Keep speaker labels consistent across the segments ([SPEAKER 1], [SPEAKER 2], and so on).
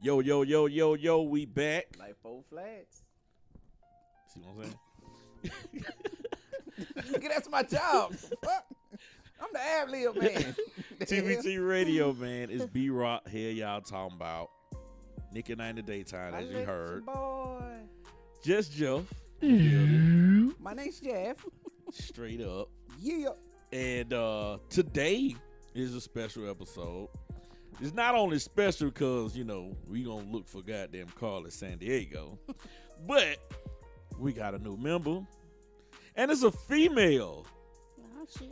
[SPEAKER 1] Yo, yo, yo, yo, yo, we back.
[SPEAKER 2] Like four flats.
[SPEAKER 1] See what I'm saying?
[SPEAKER 2] Nigga, that's my job. Fuck. I'm the ad lib man. The hell?
[SPEAKER 1] TBT Radio, man. It's B Rock here, y'all talking about. Nick and I in the daytime,
[SPEAKER 2] I
[SPEAKER 1] as you
[SPEAKER 2] let
[SPEAKER 1] heard.
[SPEAKER 2] Boy.
[SPEAKER 1] Just Jeff. Building.
[SPEAKER 2] My name's Jeff.
[SPEAKER 1] Straight up.
[SPEAKER 2] Yeah.
[SPEAKER 1] And uh today is a special episode. It's not only special because, you know, we gonna look for goddamn Carlos San Diego, but we got a new member. And it's a female,
[SPEAKER 3] No, she.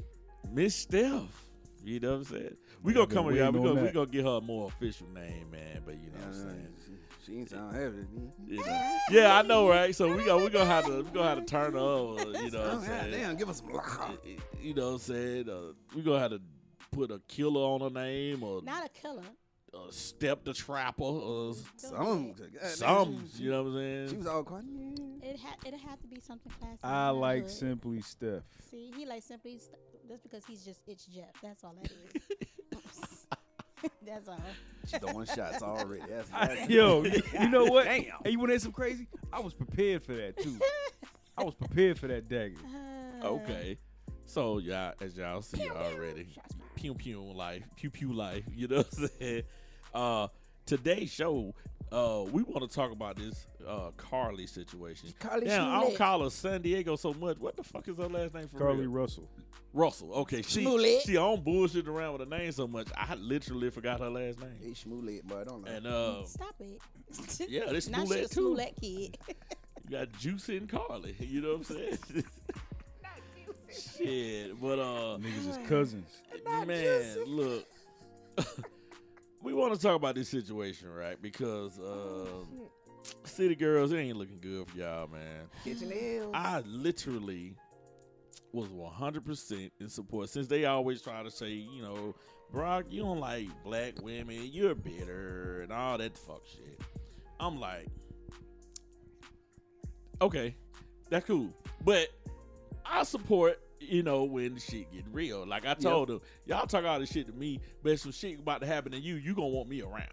[SPEAKER 1] Miss Steph. You know what I'm saying? We gonna
[SPEAKER 4] been
[SPEAKER 1] come with y'all. We
[SPEAKER 4] waiting on
[SPEAKER 1] gonna, we
[SPEAKER 4] that.
[SPEAKER 1] gonna get her a more official name, man. But you know what I'm saying?
[SPEAKER 2] She ain't sound heavy.
[SPEAKER 1] You know? Yeah, I know, right? So we gonna we gonna have to we gonna have to turn her over. You know what
[SPEAKER 2] Oh,
[SPEAKER 1] I'm
[SPEAKER 2] God,
[SPEAKER 1] saying?
[SPEAKER 2] damn, give us some lock.
[SPEAKER 1] you know what I'm saying? Uh, we gonna have to put a killer on her name or
[SPEAKER 3] Not a killer.
[SPEAKER 1] uh, step the trapper or s-
[SPEAKER 3] Don't
[SPEAKER 2] Some.
[SPEAKER 3] do
[SPEAKER 2] God damn,
[SPEAKER 1] some.
[SPEAKER 2] She,
[SPEAKER 1] You know what I'm
[SPEAKER 2] she was
[SPEAKER 1] saying?
[SPEAKER 2] all quiet.
[SPEAKER 3] that. It had it had to be something classy.
[SPEAKER 4] I
[SPEAKER 3] not
[SPEAKER 4] like
[SPEAKER 3] hood.
[SPEAKER 4] Simply Steph.
[SPEAKER 3] See, he like simply st- that's because he's just it's Jeff. That's all that is. that's all.
[SPEAKER 2] She throwing shots already. That's that's-
[SPEAKER 4] Yo, you know what?
[SPEAKER 2] Damn.
[SPEAKER 4] Hey, you want to hear some crazy? I was prepared for that too. I was prepared for that dagger.
[SPEAKER 3] Uh,
[SPEAKER 1] Okay. So y'all, as y'all see already,
[SPEAKER 3] Shots fired.
[SPEAKER 1] pew pew life, pew pew life. You know what I'm saying? Uh, today's show, uh, we want to talk about this uh Carly situation.
[SPEAKER 2] Carly,
[SPEAKER 1] Damn, I don't
[SPEAKER 2] Schmulick.
[SPEAKER 1] call her San Diego so much. What the fuck is her last name for
[SPEAKER 4] Carly
[SPEAKER 1] real?
[SPEAKER 4] Russell.
[SPEAKER 1] Russell. Okay, she
[SPEAKER 3] Smollett.
[SPEAKER 1] she on bullshitting around with her name so much. I literally forgot her last name.
[SPEAKER 2] Hey, Schmoolet, boy, don't lie.
[SPEAKER 1] And uh,
[SPEAKER 3] Stop it.
[SPEAKER 1] yeah, this
[SPEAKER 3] Now she a
[SPEAKER 1] Smollett too.
[SPEAKER 3] Smollett kid.
[SPEAKER 1] You got Juice and Carly. You know what I'm saying? Shit, but uh,
[SPEAKER 4] Niggas is cousins.
[SPEAKER 1] man, look, we want to talk about this situation, right? Because uh, City Girls, it ain't looking good for y'all, man.
[SPEAKER 2] Kitchen Hills.
[SPEAKER 1] I literally was 100% in support since they always try to say, you know, Brock, you don't like black women, you're bitter, and all that fuck shit. I'm like, okay, that's cool. But I support, you know, when the shit get real. Like I told them, y'all talk all this shit to me, but if some shit about to happen to you, you gonna want me around.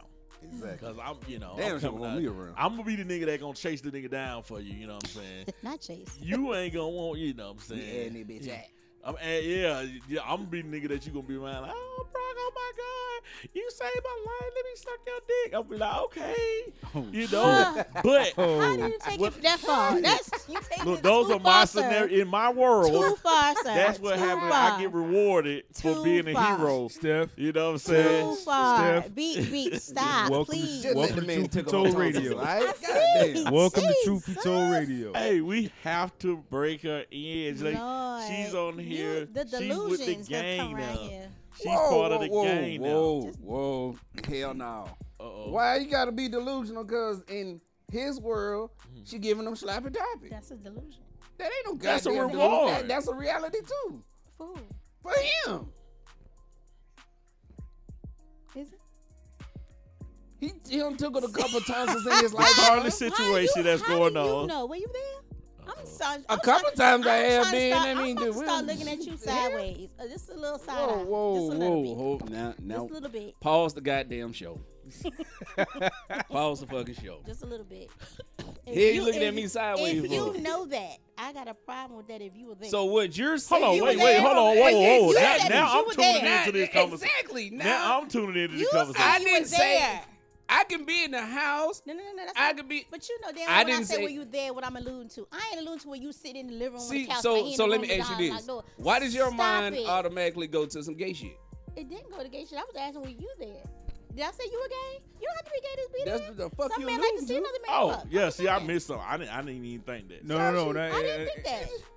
[SPEAKER 2] exactly.
[SPEAKER 1] Cause I'm, you know,
[SPEAKER 2] Damn,
[SPEAKER 1] I'm,
[SPEAKER 2] she
[SPEAKER 1] coming
[SPEAKER 2] want
[SPEAKER 1] out-
[SPEAKER 2] me around.
[SPEAKER 1] I'm gonna be the nigga that gonna chase the nigga down for you. You know what I'm saying?
[SPEAKER 3] Not Chase.
[SPEAKER 1] you ain't gonna want, you know what I'm
[SPEAKER 2] We adding
[SPEAKER 1] saying?
[SPEAKER 2] that bitch out.
[SPEAKER 1] I'm, add- yeah, yeah, I'm gonna be the nigga that you gonna be around. Like, oh, Brock, oh my God, you saved my life. Let me suck your dick. I'll be like, okay,
[SPEAKER 4] Oh,
[SPEAKER 1] you know. but
[SPEAKER 3] How do
[SPEAKER 4] Oh,
[SPEAKER 3] you take
[SPEAKER 1] What-
[SPEAKER 3] it that far? That's you take
[SPEAKER 1] look,
[SPEAKER 3] it
[SPEAKER 1] those
[SPEAKER 3] too
[SPEAKER 1] are my
[SPEAKER 3] far, sir.
[SPEAKER 1] scenarios in my world.
[SPEAKER 3] Too far, sir.
[SPEAKER 1] That's what
[SPEAKER 3] too
[SPEAKER 1] happened.
[SPEAKER 3] Far.
[SPEAKER 1] I get rewarded for
[SPEAKER 3] Too
[SPEAKER 1] being a
[SPEAKER 3] far.
[SPEAKER 1] hero.
[SPEAKER 4] Steph.
[SPEAKER 1] You know what I'm
[SPEAKER 3] Too
[SPEAKER 1] saying?
[SPEAKER 3] far.
[SPEAKER 4] Steph.
[SPEAKER 3] Beat, beat, stop,
[SPEAKER 4] Welcome to-
[SPEAKER 3] please.
[SPEAKER 2] Just let the
[SPEAKER 4] Welcome
[SPEAKER 2] man
[SPEAKER 4] to
[SPEAKER 2] take
[SPEAKER 4] Pitoy
[SPEAKER 2] over the
[SPEAKER 4] Radio.
[SPEAKER 2] talk, all right?
[SPEAKER 3] I
[SPEAKER 2] God damn.
[SPEAKER 3] see.
[SPEAKER 4] Welcome to True
[SPEAKER 3] Jesus.
[SPEAKER 4] Pito Radio.
[SPEAKER 1] Hey, we have to break her in. Like,
[SPEAKER 3] Lord,
[SPEAKER 1] she's on
[SPEAKER 3] you-
[SPEAKER 1] here.
[SPEAKER 3] the
[SPEAKER 1] she's with the
[SPEAKER 3] delusions that
[SPEAKER 1] gang
[SPEAKER 3] come right
[SPEAKER 1] now.
[SPEAKER 3] here.
[SPEAKER 1] She's part of the
[SPEAKER 2] whoa,
[SPEAKER 1] gang
[SPEAKER 2] whoa,
[SPEAKER 1] now. Oh.
[SPEAKER 2] Whoa, hell no.
[SPEAKER 1] Uh-oh.
[SPEAKER 2] Why you gotta be delusional? Cause in his world,
[SPEAKER 1] Mm-hmm.
[SPEAKER 2] she giving them sloppy toppy.
[SPEAKER 3] That's a delusion.
[SPEAKER 2] that ain't no
[SPEAKER 1] That's a
[SPEAKER 2] goddamn delusion.
[SPEAKER 1] reward.
[SPEAKER 2] That- that's a reality too
[SPEAKER 3] Fool.
[SPEAKER 2] for him.
[SPEAKER 3] Is it?
[SPEAKER 2] He, he done took it a couple times in his life.
[SPEAKER 1] Carly
[SPEAKER 2] huh?
[SPEAKER 1] said- situation
[SPEAKER 3] you,
[SPEAKER 1] that's
[SPEAKER 3] how
[SPEAKER 1] going
[SPEAKER 3] do
[SPEAKER 1] on.
[SPEAKER 3] You know, were you there? I'm sorry.
[SPEAKER 2] A couple times I have been.
[SPEAKER 3] Start,
[SPEAKER 2] that
[SPEAKER 3] I'm
[SPEAKER 2] ain't
[SPEAKER 3] about to
[SPEAKER 2] good.
[SPEAKER 3] start looking at you sideways. Uh, just a little side
[SPEAKER 2] Whoa,
[SPEAKER 3] eye.
[SPEAKER 2] whoa,
[SPEAKER 3] just a
[SPEAKER 2] whoa,
[SPEAKER 3] little bit.
[SPEAKER 2] hold now, now.
[SPEAKER 3] Just a little bit.
[SPEAKER 2] Pause the goddamn show. Pause the fucking show.
[SPEAKER 3] Just a little bit. If
[SPEAKER 2] Here you looking at
[SPEAKER 3] if-
[SPEAKER 2] me sideways
[SPEAKER 3] If you
[SPEAKER 2] for.
[SPEAKER 3] know that, I got a problem with that. If you were there,
[SPEAKER 2] So what you're saying?
[SPEAKER 1] Hold on,
[SPEAKER 3] You
[SPEAKER 1] wait,
[SPEAKER 3] were
[SPEAKER 1] wait,
[SPEAKER 3] there.
[SPEAKER 1] hold on, whoa, whoa,
[SPEAKER 3] You
[SPEAKER 1] Now,
[SPEAKER 3] said
[SPEAKER 1] now
[SPEAKER 3] you
[SPEAKER 1] I'm
[SPEAKER 3] were
[SPEAKER 1] tuning
[SPEAKER 3] there.
[SPEAKER 1] into this conversation.
[SPEAKER 2] Exactly. Now,
[SPEAKER 1] Now I'm tuning into
[SPEAKER 3] you
[SPEAKER 1] this
[SPEAKER 3] said
[SPEAKER 1] conversation.
[SPEAKER 3] you
[SPEAKER 2] I didn't
[SPEAKER 3] were
[SPEAKER 2] say-
[SPEAKER 3] there.
[SPEAKER 2] I can be in the house.
[SPEAKER 3] No, no, no, no. That's
[SPEAKER 2] I
[SPEAKER 3] not-
[SPEAKER 2] could be.
[SPEAKER 3] But you know damn
[SPEAKER 2] I
[SPEAKER 3] well when I
[SPEAKER 2] didn't
[SPEAKER 3] say
[SPEAKER 2] say-
[SPEAKER 3] were you there, what I'm alluding to. I ain't alluding to where you sit in the living room on the
[SPEAKER 2] See,
[SPEAKER 3] couch. or
[SPEAKER 2] so
[SPEAKER 3] in
[SPEAKER 2] so
[SPEAKER 3] the
[SPEAKER 2] let
[SPEAKER 3] room
[SPEAKER 2] me
[SPEAKER 3] with
[SPEAKER 2] ask you
[SPEAKER 3] the locked
[SPEAKER 2] this:
[SPEAKER 3] door.
[SPEAKER 2] Why does your
[SPEAKER 3] Stop
[SPEAKER 2] mind
[SPEAKER 3] it.
[SPEAKER 2] automatically go to some gay shit?
[SPEAKER 3] It didn't go to gay shit. I was asking, were you there? Did I say you were gay? You don't have to be gay to be
[SPEAKER 2] That's
[SPEAKER 3] there.
[SPEAKER 2] what the fuck
[SPEAKER 3] Some
[SPEAKER 2] you
[SPEAKER 3] men like to
[SPEAKER 2] alluding
[SPEAKER 3] see
[SPEAKER 2] to.
[SPEAKER 3] another man.
[SPEAKER 1] oh,
[SPEAKER 3] fuck.
[SPEAKER 1] yeah,
[SPEAKER 3] Fuck
[SPEAKER 1] see, I
[SPEAKER 3] that.
[SPEAKER 1] missed something. I didn't, I eh, didn't even think that.
[SPEAKER 4] No, no, no.
[SPEAKER 3] I
[SPEAKER 4] that-
[SPEAKER 3] didn't think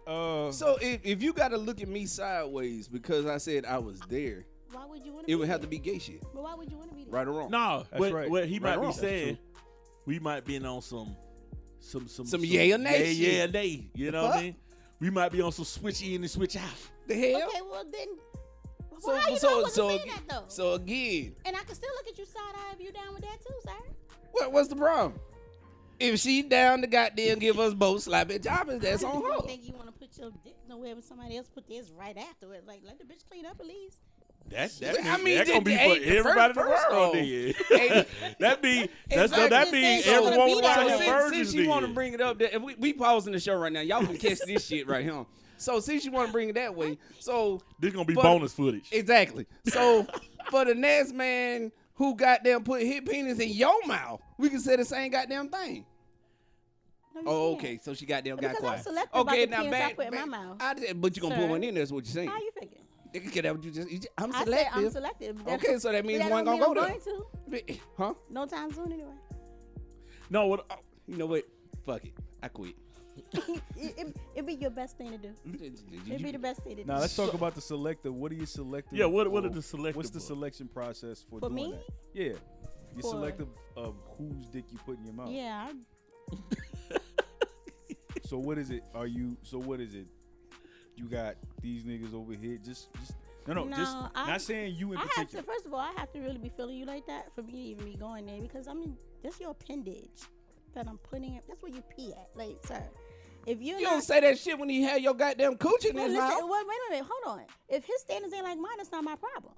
[SPEAKER 3] that.
[SPEAKER 4] Uh,
[SPEAKER 2] So if, if you got to look at me sideways because I said I was there,
[SPEAKER 3] Why would you want to?
[SPEAKER 2] it would have to be gay shit,
[SPEAKER 3] But why would you want to be there?
[SPEAKER 2] right or wrong.
[SPEAKER 1] No,
[SPEAKER 4] That's
[SPEAKER 1] what,
[SPEAKER 4] right.
[SPEAKER 1] what he
[SPEAKER 4] Right
[SPEAKER 1] might
[SPEAKER 4] or
[SPEAKER 1] be
[SPEAKER 4] wrong.
[SPEAKER 1] saying, we might be on some, some, some,
[SPEAKER 2] Some yay or nay
[SPEAKER 1] Yeah, yeah,
[SPEAKER 2] shit.
[SPEAKER 1] nay. You know what I
[SPEAKER 2] fuck?
[SPEAKER 1] mean? We might be on some switch in and switch out.
[SPEAKER 2] The hell.
[SPEAKER 3] Okay, well then. Why
[SPEAKER 2] So
[SPEAKER 3] you
[SPEAKER 2] so
[SPEAKER 3] not
[SPEAKER 2] so
[SPEAKER 3] saying that though?
[SPEAKER 2] so again,
[SPEAKER 3] and I can still look at you side eye if you down with that too, sir.
[SPEAKER 2] what what's the problem? If she down to goddamn give us both sloppy jobbies, that's
[SPEAKER 3] I
[SPEAKER 2] on
[SPEAKER 3] don't
[SPEAKER 2] her.
[SPEAKER 3] think you want to put your dick nowhere when somebody else put theirs right after it. Like let the bitch clean up at least.
[SPEAKER 1] That that
[SPEAKER 2] I
[SPEAKER 1] mean,
[SPEAKER 2] mean,
[SPEAKER 1] that gonna
[SPEAKER 2] did-
[SPEAKER 1] be
[SPEAKER 2] hey,
[SPEAKER 1] for
[SPEAKER 2] the
[SPEAKER 1] everybody in the
[SPEAKER 2] first-
[SPEAKER 1] world. Then.
[SPEAKER 2] Hey,
[SPEAKER 1] that mean that's so
[SPEAKER 3] Exactly.
[SPEAKER 1] that means
[SPEAKER 3] Since y'all
[SPEAKER 1] everyone
[SPEAKER 3] gonna be
[SPEAKER 1] was
[SPEAKER 3] there.
[SPEAKER 1] out
[SPEAKER 2] so
[SPEAKER 1] here
[SPEAKER 3] Since-
[SPEAKER 2] since,
[SPEAKER 1] virgins.
[SPEAKER 2] since you want to
[SPEAKER 1] then.
[SPEAKER 2] bring it up, that if we we pausing the show right now, y'all can catch this shit right here. So since you want to bring it that way, so
[SPEAKER 1] this gonna be
[SPEAKER 2] but-
[SPEAKER 1] bonus footage.
[SPEAKER 2] Exactly. So for the next man who goddamn put his penis in your mouth, we can say the same goddamn thing.
[SPEAKER 3] No, you
[SPEAKER 2] Oh,
[SPEAKER 3] can't.
[SPEAKER 2] okay. So she goddamn
[SPEAKER 3] Because
[SPEAKER 2] got
[SPEAKER 3] I'm
[SPEAKER 2] quiet.
[SPEAKER 3] selective about
[SPEAKER 2] okay,
[SPEAKER 3] the pins I put in my mouth,
[SPEAKER 2] I just, but you gonna put
[SPEAKER 3] sir.
[SPEAKER 2] one in. That's what you're saying.
[SPEAKER 3] How you figure?
[SPEAKER 2] Nigga, get that what you just? you just- I'm
[SPEAKER 3] I said I'm
[SPEAKER 2] selective.
[SPEAKER 3] selective.
[SPEAKER 2] Okay, so that means
[SPEAKER 3] that
[SPEAKER 2] one
[SPEAKER 3] don't
[SPEAKER 2] gonna
[SPEAKER 3] mean
[SPEAKER 2] go
[SPEAKER 3] I'm going to.
[SPEAKER 2] Bi- huh?
[SPEAKER 3] No time soon anyway.
[SPEAKER 1] No, what? oh,
[SPEAKER 2] You know what? Fuck it. I quit.
[SPEAKER 3] it, it, it'd be your best thing to do. It'd be the best thing to do.
[SPEAKER 4] Now let's talk about the selector. What are you selecting?
[SPEAKER 1] Yeah, what- what are
[SPEAKER 4] for?
[SPEAKER 1] the selective
[SPEAKER 4] What's the
[SPEAKER 1] of?
[SPEAKER 4] selection process for,
[SPEAKER 3] For
[SPEAKER 4] doing
[SPEAKER 3] me?
[SPEAKER 4] that? Yeah, you're
[SPEAKER 3] For-
[SPEAKER 4] selective of um, whose dick you put in your mouth.
[SPEAKER 3] yeah, I-
[SPEAKER 4] So what is it? Are you? So what is it? You got these niggas over here. Just, just no, no. just
[SPEAKER 3] No, I-
[SPEAKER 4] not saying you in
[SPEAKER 3] I have to.
[SPEAKER 4] particular.
[SPEAKER 3] First of all, I have to really be feeling you like that for me to even be going there because I mean that's your appendage that I'm putting. it. That's where you pee at, like sir. If you're
[SPEAKER 2] You
[SPEAKER 3] not,
[SPEAKER 2] don't say that shit when he had your goddamn coochie in
[SPEAKER 3] well,
[SPEAKER 2] his
[SPEAKER 3] listen,
[SPEAKER 2] mouth.
[SPEAKER 3] well, wait a minute, hold on. If his standards ain't like mine, it's not my problem.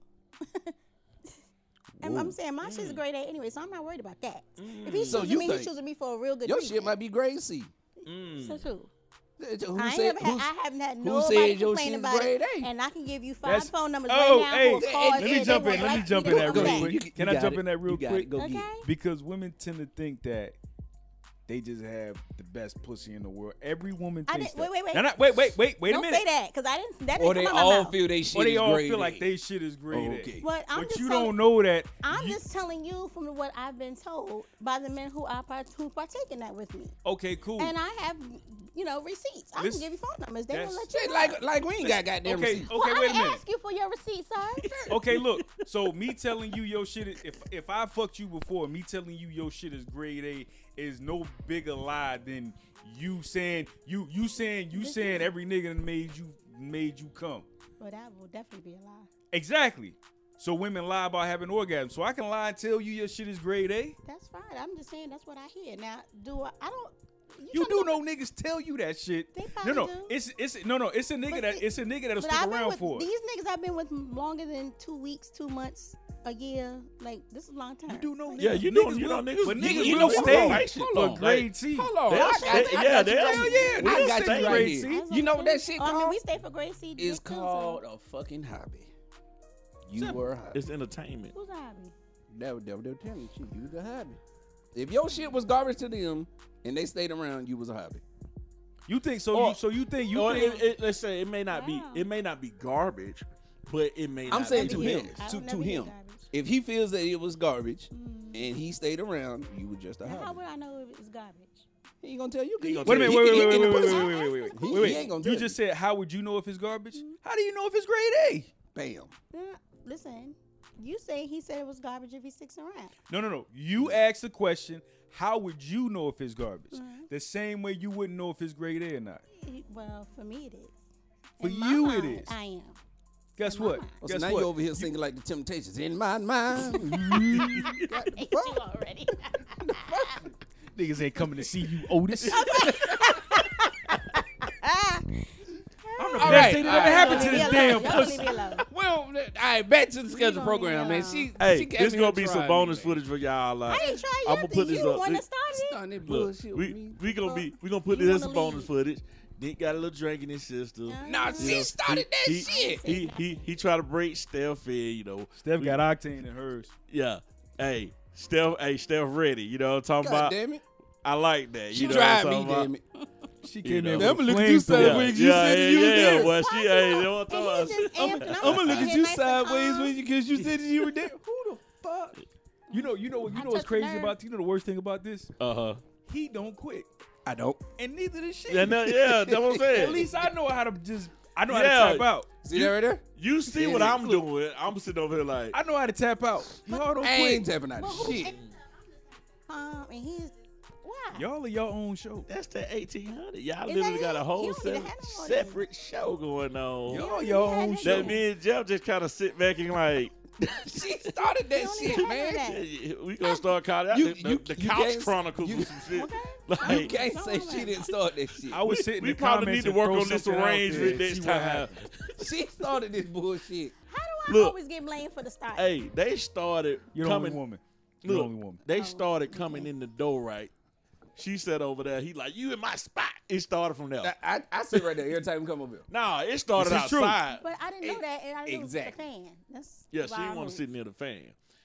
[SPEAKER 3] I'm, I'm saying my shit's a grade A anyway, so I'm not worried about that. If he's
[SPEAKER 2] Mm. So
[SPEAKER 3] choosing
[SPEAKER 2] you
[SPEAKER 3] me, he's
[SPEAKER 2] think-
[SPEAKER 3] choosing me for a real good.
[SPEAKER 2] Your
[SPEAKER 3] reason.
[SPEAKER 2] shit might be Gracie.
[SPEAKER 1] mm.
[SPEAKER 3] So too.
[SPEAKER 2] Who
[SPEAKER 3] I, ain't
[SPEAKER 2] said?
[SPEAKER 3] never had,
[SPEAKER 2] Who's,
[SPEAKER 3] I haven't had
[SPEAKER 2] said
[SPEAKER 3] nobody
[SPEAKER 2] your
[SPEAKER 3] complain
[SPEAKER 2] shit's
[SPEAKER 3] about it,
[SPEAKER 2] grade A?
[SPEAKER 3] and I can give you five
[SPEAKER 4] That's-
[SPEAKER 3] phone numbers
[SPEAKER 4] oh,
[SPEAKER 3] right now.
[SPEAKER 4] hey,
[SPEAKER 3] who called
[SPEAKER 2] let me
[SPEAKER 3] said they
[SPEAKER 4] jump in,
[SPEAKER 3] would
[SPEAKER 4] let me
[SPEAKER 3] like
[SPEAKER 4] jump
[SPEAKER 3] me
[SPEAKER 4] in
[SPEAKER 3] to come
[SPEAKER 4] that real
[SPEAKER 3] back.
[SPEAKER 4] quick.
[SPEAKER 2] You- you
[SPEAKER 4] Can I
[SPEAKER 2] got
[SPEAKER 4] jump
[SPEAKER 2] it.
[SPEAKER 4] in that real
[SPEAKER 2] You got
[SPEAKER 4] quick?
[SPEAKER 2] it. Go get it.
[SPEAKER 3] Okay.
[SPEAKER 4] Because women tend to think that they just have the best pussy in the world. Every woman
[SPEAKER 3] I
[SPEAKER 4] thinks
[SPEAKER 3] didn't-
[SPEAKER 4] that.
[SPEAKER 3] wait, wait,
[SPEAKER 4] No,
[SPEAKER 3] wait.
[SPEAKER 4] no, wait, wait, wait, wait
[SPEAKER 3] Don't
[SPEAKER 4] a minute.
[SPEAKER 3] say that, because I didn't. That
[SPEAKER 2] Or
[SPEAKER 3] didn't
[SPEAKER 2] they
[SPEAKER 3] come out
[SPEAKER 2] all
[SPEAKER 3] my mouth.
[SPEAKER 2] feel they shit
[SPEAKER 4] Or they
[SPEAKER 2] is
[SPEAKER 4] all
[SPEAKER 2] grade
[SPEAKER 4] feel
[SPEAKER 2] A. Oh,
[SPEAKER 4] like they shit is great.
[SPEAKER 2] okay.
[SPEAKER 3] But I'm
[SPEAKER 4] but
[SPEAKER 3] just
[SPEAKER 4] you
[SPEAKER 3] telling,
[SPEAKER 4] don't know that.
[SPEAKER 3] I'm
[SPEAKER 4] you-
[SPEAKER 3] just telling you from what I've been told by the men who are part, who partake in that with me,
[SPEAKER 4] okay, cool.
[SPEAKER 3] and I have, you know, receipts. I
[SPEAKER 4] Listen-
[SPEAKER 3] can give you phone numbers. They will
[SPEAKER 4] that's-
[SPEAKER 3] let you
[SPEAKER 2] Shit,
[SPEAKER 3] know.
[SPEAKER 2] like like we ain't got goddamn
[SPEAKER 4] okay,
[SPEAKER 2] receipts.
[SPEAKER 4] okay,
[SPEAKER 3] well,
[SPEAKER 4] wait
[SPEAKER 3] I
[SPEAKER 4] a
[SPEAKER 3] can
[SPEAKER 4] minute.
[SPEAKER 3] ask you for your receipts, sir.
[SPEAKER 4] Okay, look. So me telling you your shit is, if if I fucked you before, me telling you your shit is grade A is no bigger lie than you saying you you saying you
[SPEAKER 3] Listen.
[SPEAKER 4] saying every nigga done made you made you come.
[SPEAKER 3] well, that will definitely be a lie.
[SPEAKER 4] Exactly. So women lie about having orgasms. So I can lie and tell you your shit is grade A.
[SPEAKER 3] That's fine. I'm just saying that's what I hear. Now, do I? I don't.
[SPEAKER 4] You
[SPEAKER 3] talking
[SPEAKER 4] do
[SPEAKER 3] about-
[SPEAKER 4] know niggas tell you that shit.
[SPEAKER 3] They
[SPEAKER 4] No,
[SPEAKER 3] probably
[SPEAKER 4] no,
[SPEAKER 3] do.
[SPEAKER 4] it's it's no, no, it's a nigga
[SPEAKER 3] But
[SPEAKER 4] that
[SPEAKER 3] see,
[SPEAKER 4] it's a nigga that'll
[SPEAKER 3] But
[SPEAKER 4] stick
[SPEAKER 3] I've been
[SPEAKER 4] around
[SPEAKER 3] with
[SPEAKER 4] for it.
[SPEAKER 3] these niggas. I've been with longer than two weeks, two months, a year. Like this is a long time.
[SPEAKER 4] You do know niggas.
[SPEAKER 1] Yeah, you know-
[SPEAKER 4] niggas
[SPEAKER 1] you know
[SPEAKER 4] will-
[SPEAKER 1] niggas-
[SPEAKER 4] But
[SPEAKER 1] you-
[SPEAKER 4] niggas
[SPEAKER 1] you
[SPEAKER 4] will
[SPEAKER 1] know- hold on,
[SPEAKER 4] stay
[SPEAKER 1] hold
[SPEAKER 4] for
[SPEAKER 1] on,
[SPEAKER 4] grade
[SPEAKER 1] like-
[SPEAKER 4] T.
[SPEAKER 2] Hold on,
[SPEAKER 1] They'll
[SPEAKER 2] I
[SPEAKER 1] stay-
[SPEAKER 2] got, I got you
[SPEAKER 1] yeah, they'll-
[SPEAKER 2] right here.
[SPEAKER 1] we'll
[SPEAKER 2] I got
[SPEAKER 1] stay
[SPEAKER 2] you right
[SPEAKER 1] right
[SPEAKER 2] here.
[SPEAKER 1] here.
[SPEAKER 3] That's
[SPEAKER 2] You know
[SPEAKER 3] okay.
[SPEAKER 2] what that shit
[SPEAKER 3] Oh, I mean,
[SPEAKER 2] called?
[SPEAKER 3] we stay for Gracie.
[SPEAKER 2] It's
[SPEAKER 3] Dick, too, so-
[SPEAKER 2] called a fucking hobby. You
[SPEAKER 1] Simple.
[SPEAKER 2] were a hobby.
[SPEAKER 1] It's entertainment.
[SPEAKER 3] Who's hobby?
[SPEAKER 2] That would never tell me shit. You the hobby. If your shit was garbage to them and they stayed around, you was a hobby.
[SPEAKER 4] You think so?
[SPEAKER 1] Or-
[SPEAKER 4] you, so you think you
[SPEAKER 1] You or
[SPEAKER 4] think
[SPEAKER 1] it, it, let's say it may not
[SPEAKER 3] Wow.
[SPEAKER 1] be it may not be garbage, but it may.
[SPEAKER 2] I'm
[SPEAKER 1] not
[SPEAKER 2] saying
[SPEAKER 1] be
[SPEAKER 2] to
[SPEAKER 3] never
[SPEAKER 2] him,
[SPEAKER 1] him.
[SPEAKER 3] I
[SPEAKER 2] to,
[SPEAKER 3] would
[SPEAKER 2] to
[SPEAKER 3] never hear
[SPEAKER 2] him,
[SPEAKER 3] garbage.
[SPEAKER 2] if he feels that it was garbage
[SPEAKER 3] Mm.
[SPEAKER 2] and he stayed around, you were just a
[SPEAKER 3] Now, How
[SPEAKER 2] hobby.
[SPEAKER 3] would I know if it's garbage?
[SPEAKER 2] He ain't gonna tell you. 'cause
[SPEAKER 1] He
[SPEAKER 2] you-
[SPEAKER 1] gonna
[SPEAKER 4] Wait a minute,
[SPEAKER 2] he-
[SPEAKER 4] wait,
[SPEAKER 2] he-
[SPEAKER 4] wait,
[SPEAKER 2] he
[SPEAKER 4] wait,
[SPEAKER 2] in the
[SPEAKER 4] wait, wait,
[SPEAKER 2] pussy.
[SPEAKER 4] wait, wait, wait, wait,
[SPEAKER 2] He-
[SPEAKER 4] wait,
[SPEAKER 2] he ain't
[SPEAKER 4] wait.
[SPEAKER 2] gonna
[SPEAKER 4] You
[SPEAKER 2] tell
[SPEAKER 4] just said, how would you know if it's garbage? How do you know if it's grade A?
[SPEAKER 2] Bam.
[SPEAKER 3] Yeah, Uh, Listen, you say he said it was garbage if he sticks around.
[SPEAKER 4] No, no, no. You asked the question, how would you know if it's garbage?
[SPEAKER 2] Mm-hmm.
[SPEAKER 3] Mhm.
[SPEAKER 4] The same way you wouldn't know if it's grade A or not.
[SPEAKER 3] He- Well, for me it is.
[SPEAKER 4] For
[SPEAKER 3] In my
[SPEAKER 4] you it
[SPEAKER 3] mind,
[SPEAKER 4] is.
[SPEAKER 3] I am.
[SPEAKER 4] Guess
[SPEAKER 3] In my
[SPEAKER 4] what?
[SPEAKER 3] mind.
[SPEAKER 2] Oh, so
[SPEAKER 4] Guess
[SPEAKER 2] now
[SPEAKER 4] what?
[SPEAKER 2] you over here singing like the Temptations in my mind.
[SPEAKER 3] I hate you already.
[SPEAKER 4] Niggas ain't coming to see you, Oh,
[SPEAKER 1] Oh,
[SPEAKER 4] Otis.
[SPEAKER 3] ah,
[SPEAKER 4] I'm the
[SPEAKER 2] All
[SPEAKER 4] best
[SPEAKER 2] right,
[SPEAKER 4] thing
[SPEAKER 2] all
[SPEAKER 4] that ever
[SPEAKER 2] right.
[SPEAKER 4] happened to
[SPEAKER 3] leave me
[SPEAKER 4] this
[SPEAKER 3] alone.
[SPEAKER 4] damn
[SPEAKER 3] Y'all leave
[SPEAKER 4] pussy.
[SPEAKER 3] me alone.
[SPEAKER 2] well, all right, back to the schedule
[SPEAKER 3] gonna
[SPEAKER 2] program, man.
[SPEAKER 3] have-
[SPEAKER 2] She,
[SPEAKER 1] Hey,
[SPEAKER 2] she got
[SPEAKER 1] this
[SPEAKER 2] me
[SPEAKER 1] gonna
[SPEAKER 2] to
[SPEAKER 1] be
[SPEAKER 2] try
[SPEAKER 1] some
[SPEAKER 2] it,
[SPEAKER 1] bonus
[SPEAKER 2] man.
[SPEAKER 1] footage for y'all. Like,
[SPEAKER 3] I ain't try
[SPEAKER 1] I'ma
[SPEAKER 3] nothing.
[SPEAKER 1] put this
[SPEAKER 3] you
[SPEAKER 1] up.
[SPEAKER 3] want
[SPEAKER 1] It-
[SPEAKER 3] to start it?
[SPEAKER 2] Starting that
[SPEAKER 1] look,
[SPEAKER 2] bullshit with
[SPEAKER 1] we
[SPEAKER 2] me.
[SPEAKER 1] we gonna be we gonna put
[SPEAKER 3] You
[SPEAKER 1] this as
[SPEAKER 3] wanna
[SPEAKER 1] bonus
[SPEAKER 3] leave.
[SPEAKER 1] footage. Nick got a little drink in his system.
[SPEAKER 3] Nah,
[SPEAKER 2] Nah,
[SPEAKER 1] You
[SPEAKER 2] she
[SPEAKER 1] know,
[SPEAKER 2] started that
[SPEAKER 1] he,
[SPEAKER 2] shit.
[SPEAKER 1] He, he he he tried to break Steph in. You know,
[SPEAKER 4] Steph got octane in hers.
[SPEAKER 1] yeah. Hey, Steph. Hey, Steph. Ready? You know what I'm talking
[SPEAKER 2] God
[SPEAKER 1] about?
[SPEAKER 2] damn it.
[SPEAKER 1] I like that. You
[SPEAKER 2] She
[SPEAKER 1] know
[SPEAKER 2] tried
[SPEAKER 1] what I'm
[SPEAKER 2] me,
[SPEAKER 1] talking about?
[SPEAKER 2] damn it.
[SPEAKER 4] She
[SPEAKER 1] You
[SPEAKER 4] came in.
[SPEAKER 1] know.
[SPEAKER 4] with
[SPEAKER 2] I'ma look at
[SPEAKER 4] flames
[SPEAKER 2] you,
[SPEAKER 4] thrown.
[SPEAKER 2] Steph, when
[SPEAKER 1] Yeah,
[SPEAKER 2] you said
[SPEAKER 1] yeah,
[SPEAKER 2] you was
[SPEAKER 1] yeah,
[SPEAKER 2] there.
[SPEAKER 1] Well, she ain't. know what I'm
[SPEAKER 3] And he just
[SPEAKER 1] talking
[SPEAKER 3] amped, and
[SPEAKER 4] I'ma
[SPEAKER 3] I'm
[SPEAKER 4] look
[SPEAKER 3] gonna
[SPEAKER 4] at
[SPEAKER 3] sit
[SPEAKER 4] you
[SPEAKER 3] here nice and
[SPEAKER 4] sideways
[SPEAKER 3] calm.
[SPEAKER 4] when you because you said you were there.
[SPEAKER 2] Who the fuck?
[SPEAKER 4] You know, you know, what- you
[SPEAKER 3] I
[SPEAKER 4] know what's
[SPEAKER 3] touched a
[SPEAKER 4] crazy
[SPEAKER 3] nerve.
[SPEAKER 4] about you know the worst thing about this?
[SPEAKER 1] about. Uh huh.
[SPEAKER 4] He don't quit,
[SPEAKER 2] I don't.
[SPEAKER 4] and neither does she.
[SPEAKER 1] Yeah, no, yeah, that's what I'm saying.
[SPEAKER 4] At least I know how to just. I know how
[SPEAKER 1] Yeah.
[SPEAKER 4] to tap out.
[SPEAKER 2] See that right there?
[SPEAKER 1] you see what I'm doing. I'm sitting over here like,
[SPEAKER 4] I know how to tap out. Y'all don't
[SPEAKER 2] I ain't
[SPEAKER 4] quit.
[SPEAKER 2] tapping out
[SPEAKER 3] But
[SPEAKER 2] of
[SPEAKER 3] who-
[SPEAKER 2] shit.
[SPEAKER 3] Um, and he's why?
[SPEAKER 4] Y'all are your own show.
[SPEAKER 1] that's that 1800. Y'all
[SPEAKER 3] Is
[SPEAKER 1] literally
[SPEAKER 3] that
[SPEAKER 1] got
[SPEAKER 3] it?
[SPEAKER 1] a whole
[SPEAKER 3] You don't even
[SPEAKER 1] separate,
[SPEAKER 3] have no more than
[SPEAKER 1] separate show going on.
[SPEAKER 3] You
[SPEAKER 4] Y'all
[SPEAKER 3] don't
[SPEAKER 4] your
[SPEAKER 3] even
[SPEAKER 4] own
[SPEAKER 3] have
[SPEAKER 4] show.
[SPEAKER 1] That
[SPEAKER 3] shit.
[SPEAKER 1] me and Jeff just kind of sit back and like,
[SPEAKER 2] She started that
[SPEAKER 3] You don't
[SPEAKER 2] shit,
[SPEAKER 3] even have
[SPEAKER 2] man.
[SPEAKER 3] that.
[SPEAKER 1] we gonna start calling out
[SPEAKER 2] You-
[SPEAKER 1] the,
[SPEAKER 2] you-
[SPEAKER 1] the
[SPEAKER 2] you
[SPEAKER 1] couch
[SPEAKER 2] can't-
[SPEAKER 1] chronicles
[SPEAKER 2] you-
[SPEAKER 1] or some shit.
[SPEAKER 3] Okay.
[SPEAKER 1] Like,
[SPEAKER 2] You can't say she didn't start that shit.
[SPEAKER 4] I was
[SPEAKER 1] we-
[SPEAKER 4] sitting.
[SPEAKER 1] we
[SPEAKER 4] in the
[SPEAKER 1] probably
[SPEAKER 4] comments
[SPEAKER 1] need to
[SPEAKER 4] and
[SPEAKER 1] work
[SPEAKER 4] throw
[SPEAKER 1] on this
[SPEAKER 4] something out there
[SPEAKER 1] arrangement
[SPEAKER 4] and see
[SPEAKER 1] next
[SPEAKER 4] what
[SPEAKER 1] time.
[SPEAKER 4] happens.
[SPEAKER 2] She started this bullshit.
[SPEAKER 3] How do
[SPEAKER 1] Look.
[SPEAKER 3] always get blamed for the style.
[SPEAKER 1] Hey, they started
[SPEAKER 4] You're the
[SPEAKER 1] coming.
[SPEAKER 4] only woman. You're the
[SPEAKER 1] Look,
[SPEAKER 4] only woman.
[SPEAKER 1] they
[SPEAKER 3] Oh.
[SPEAKER 1] started coming in the door. Right, she sat over there. He like you in my spot. It started from there.
[SPEAKER 2] I, I, I sit right there every time you come over here.
[SPEAKER 1] nah, it started
[SPEAKER 4] This is true.
[SPEAKER 1] outside.
[SPEAKER 3] But I didn't know
[SPEAKER 2] Ex-
[SPEAKER 3] that, and I knew
[SPEAKER 2] exactly.
[SPEAKER 3] the fan. That's
[SPEAKER 1] Yeah, she
[SPEAKER 3] why I
[SPEAKER 1] didn't want to
[SPEAKER 3] moved.
[SPEAKER 1] sit near the fan.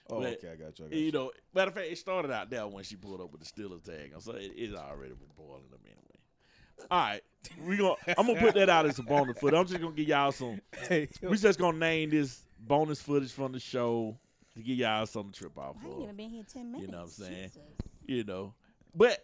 [SPEAKER 4] Oh,
[SPEAKER 1] but,
[SPEAKER 4] okay, I got you. I got
[SPEAKER 1] You
[SPEAKER 4] you.
[SPEAKER 1] know, matter of fact, it started out there when she pulled up with the Steelers tag. I'm saying it, it already was boiling up anyway. All right, we gonna I'm gonna put that out as a bonus footage. I'm just gonna give y'all some.
[SPEAKER 4] Hey,
[SPEAKER 1] We just gonna name this bonus footage from the show to give y'all something to trip off
[SPEAKER 3] I ain't
[SPEAKER 1] of.
[SPEAKER 3] even been here ten minutes.
[SPEAKER 1] know what I'm saying?
[SPEAKER 3] Jesus.
[SPEAKER 1] You know, but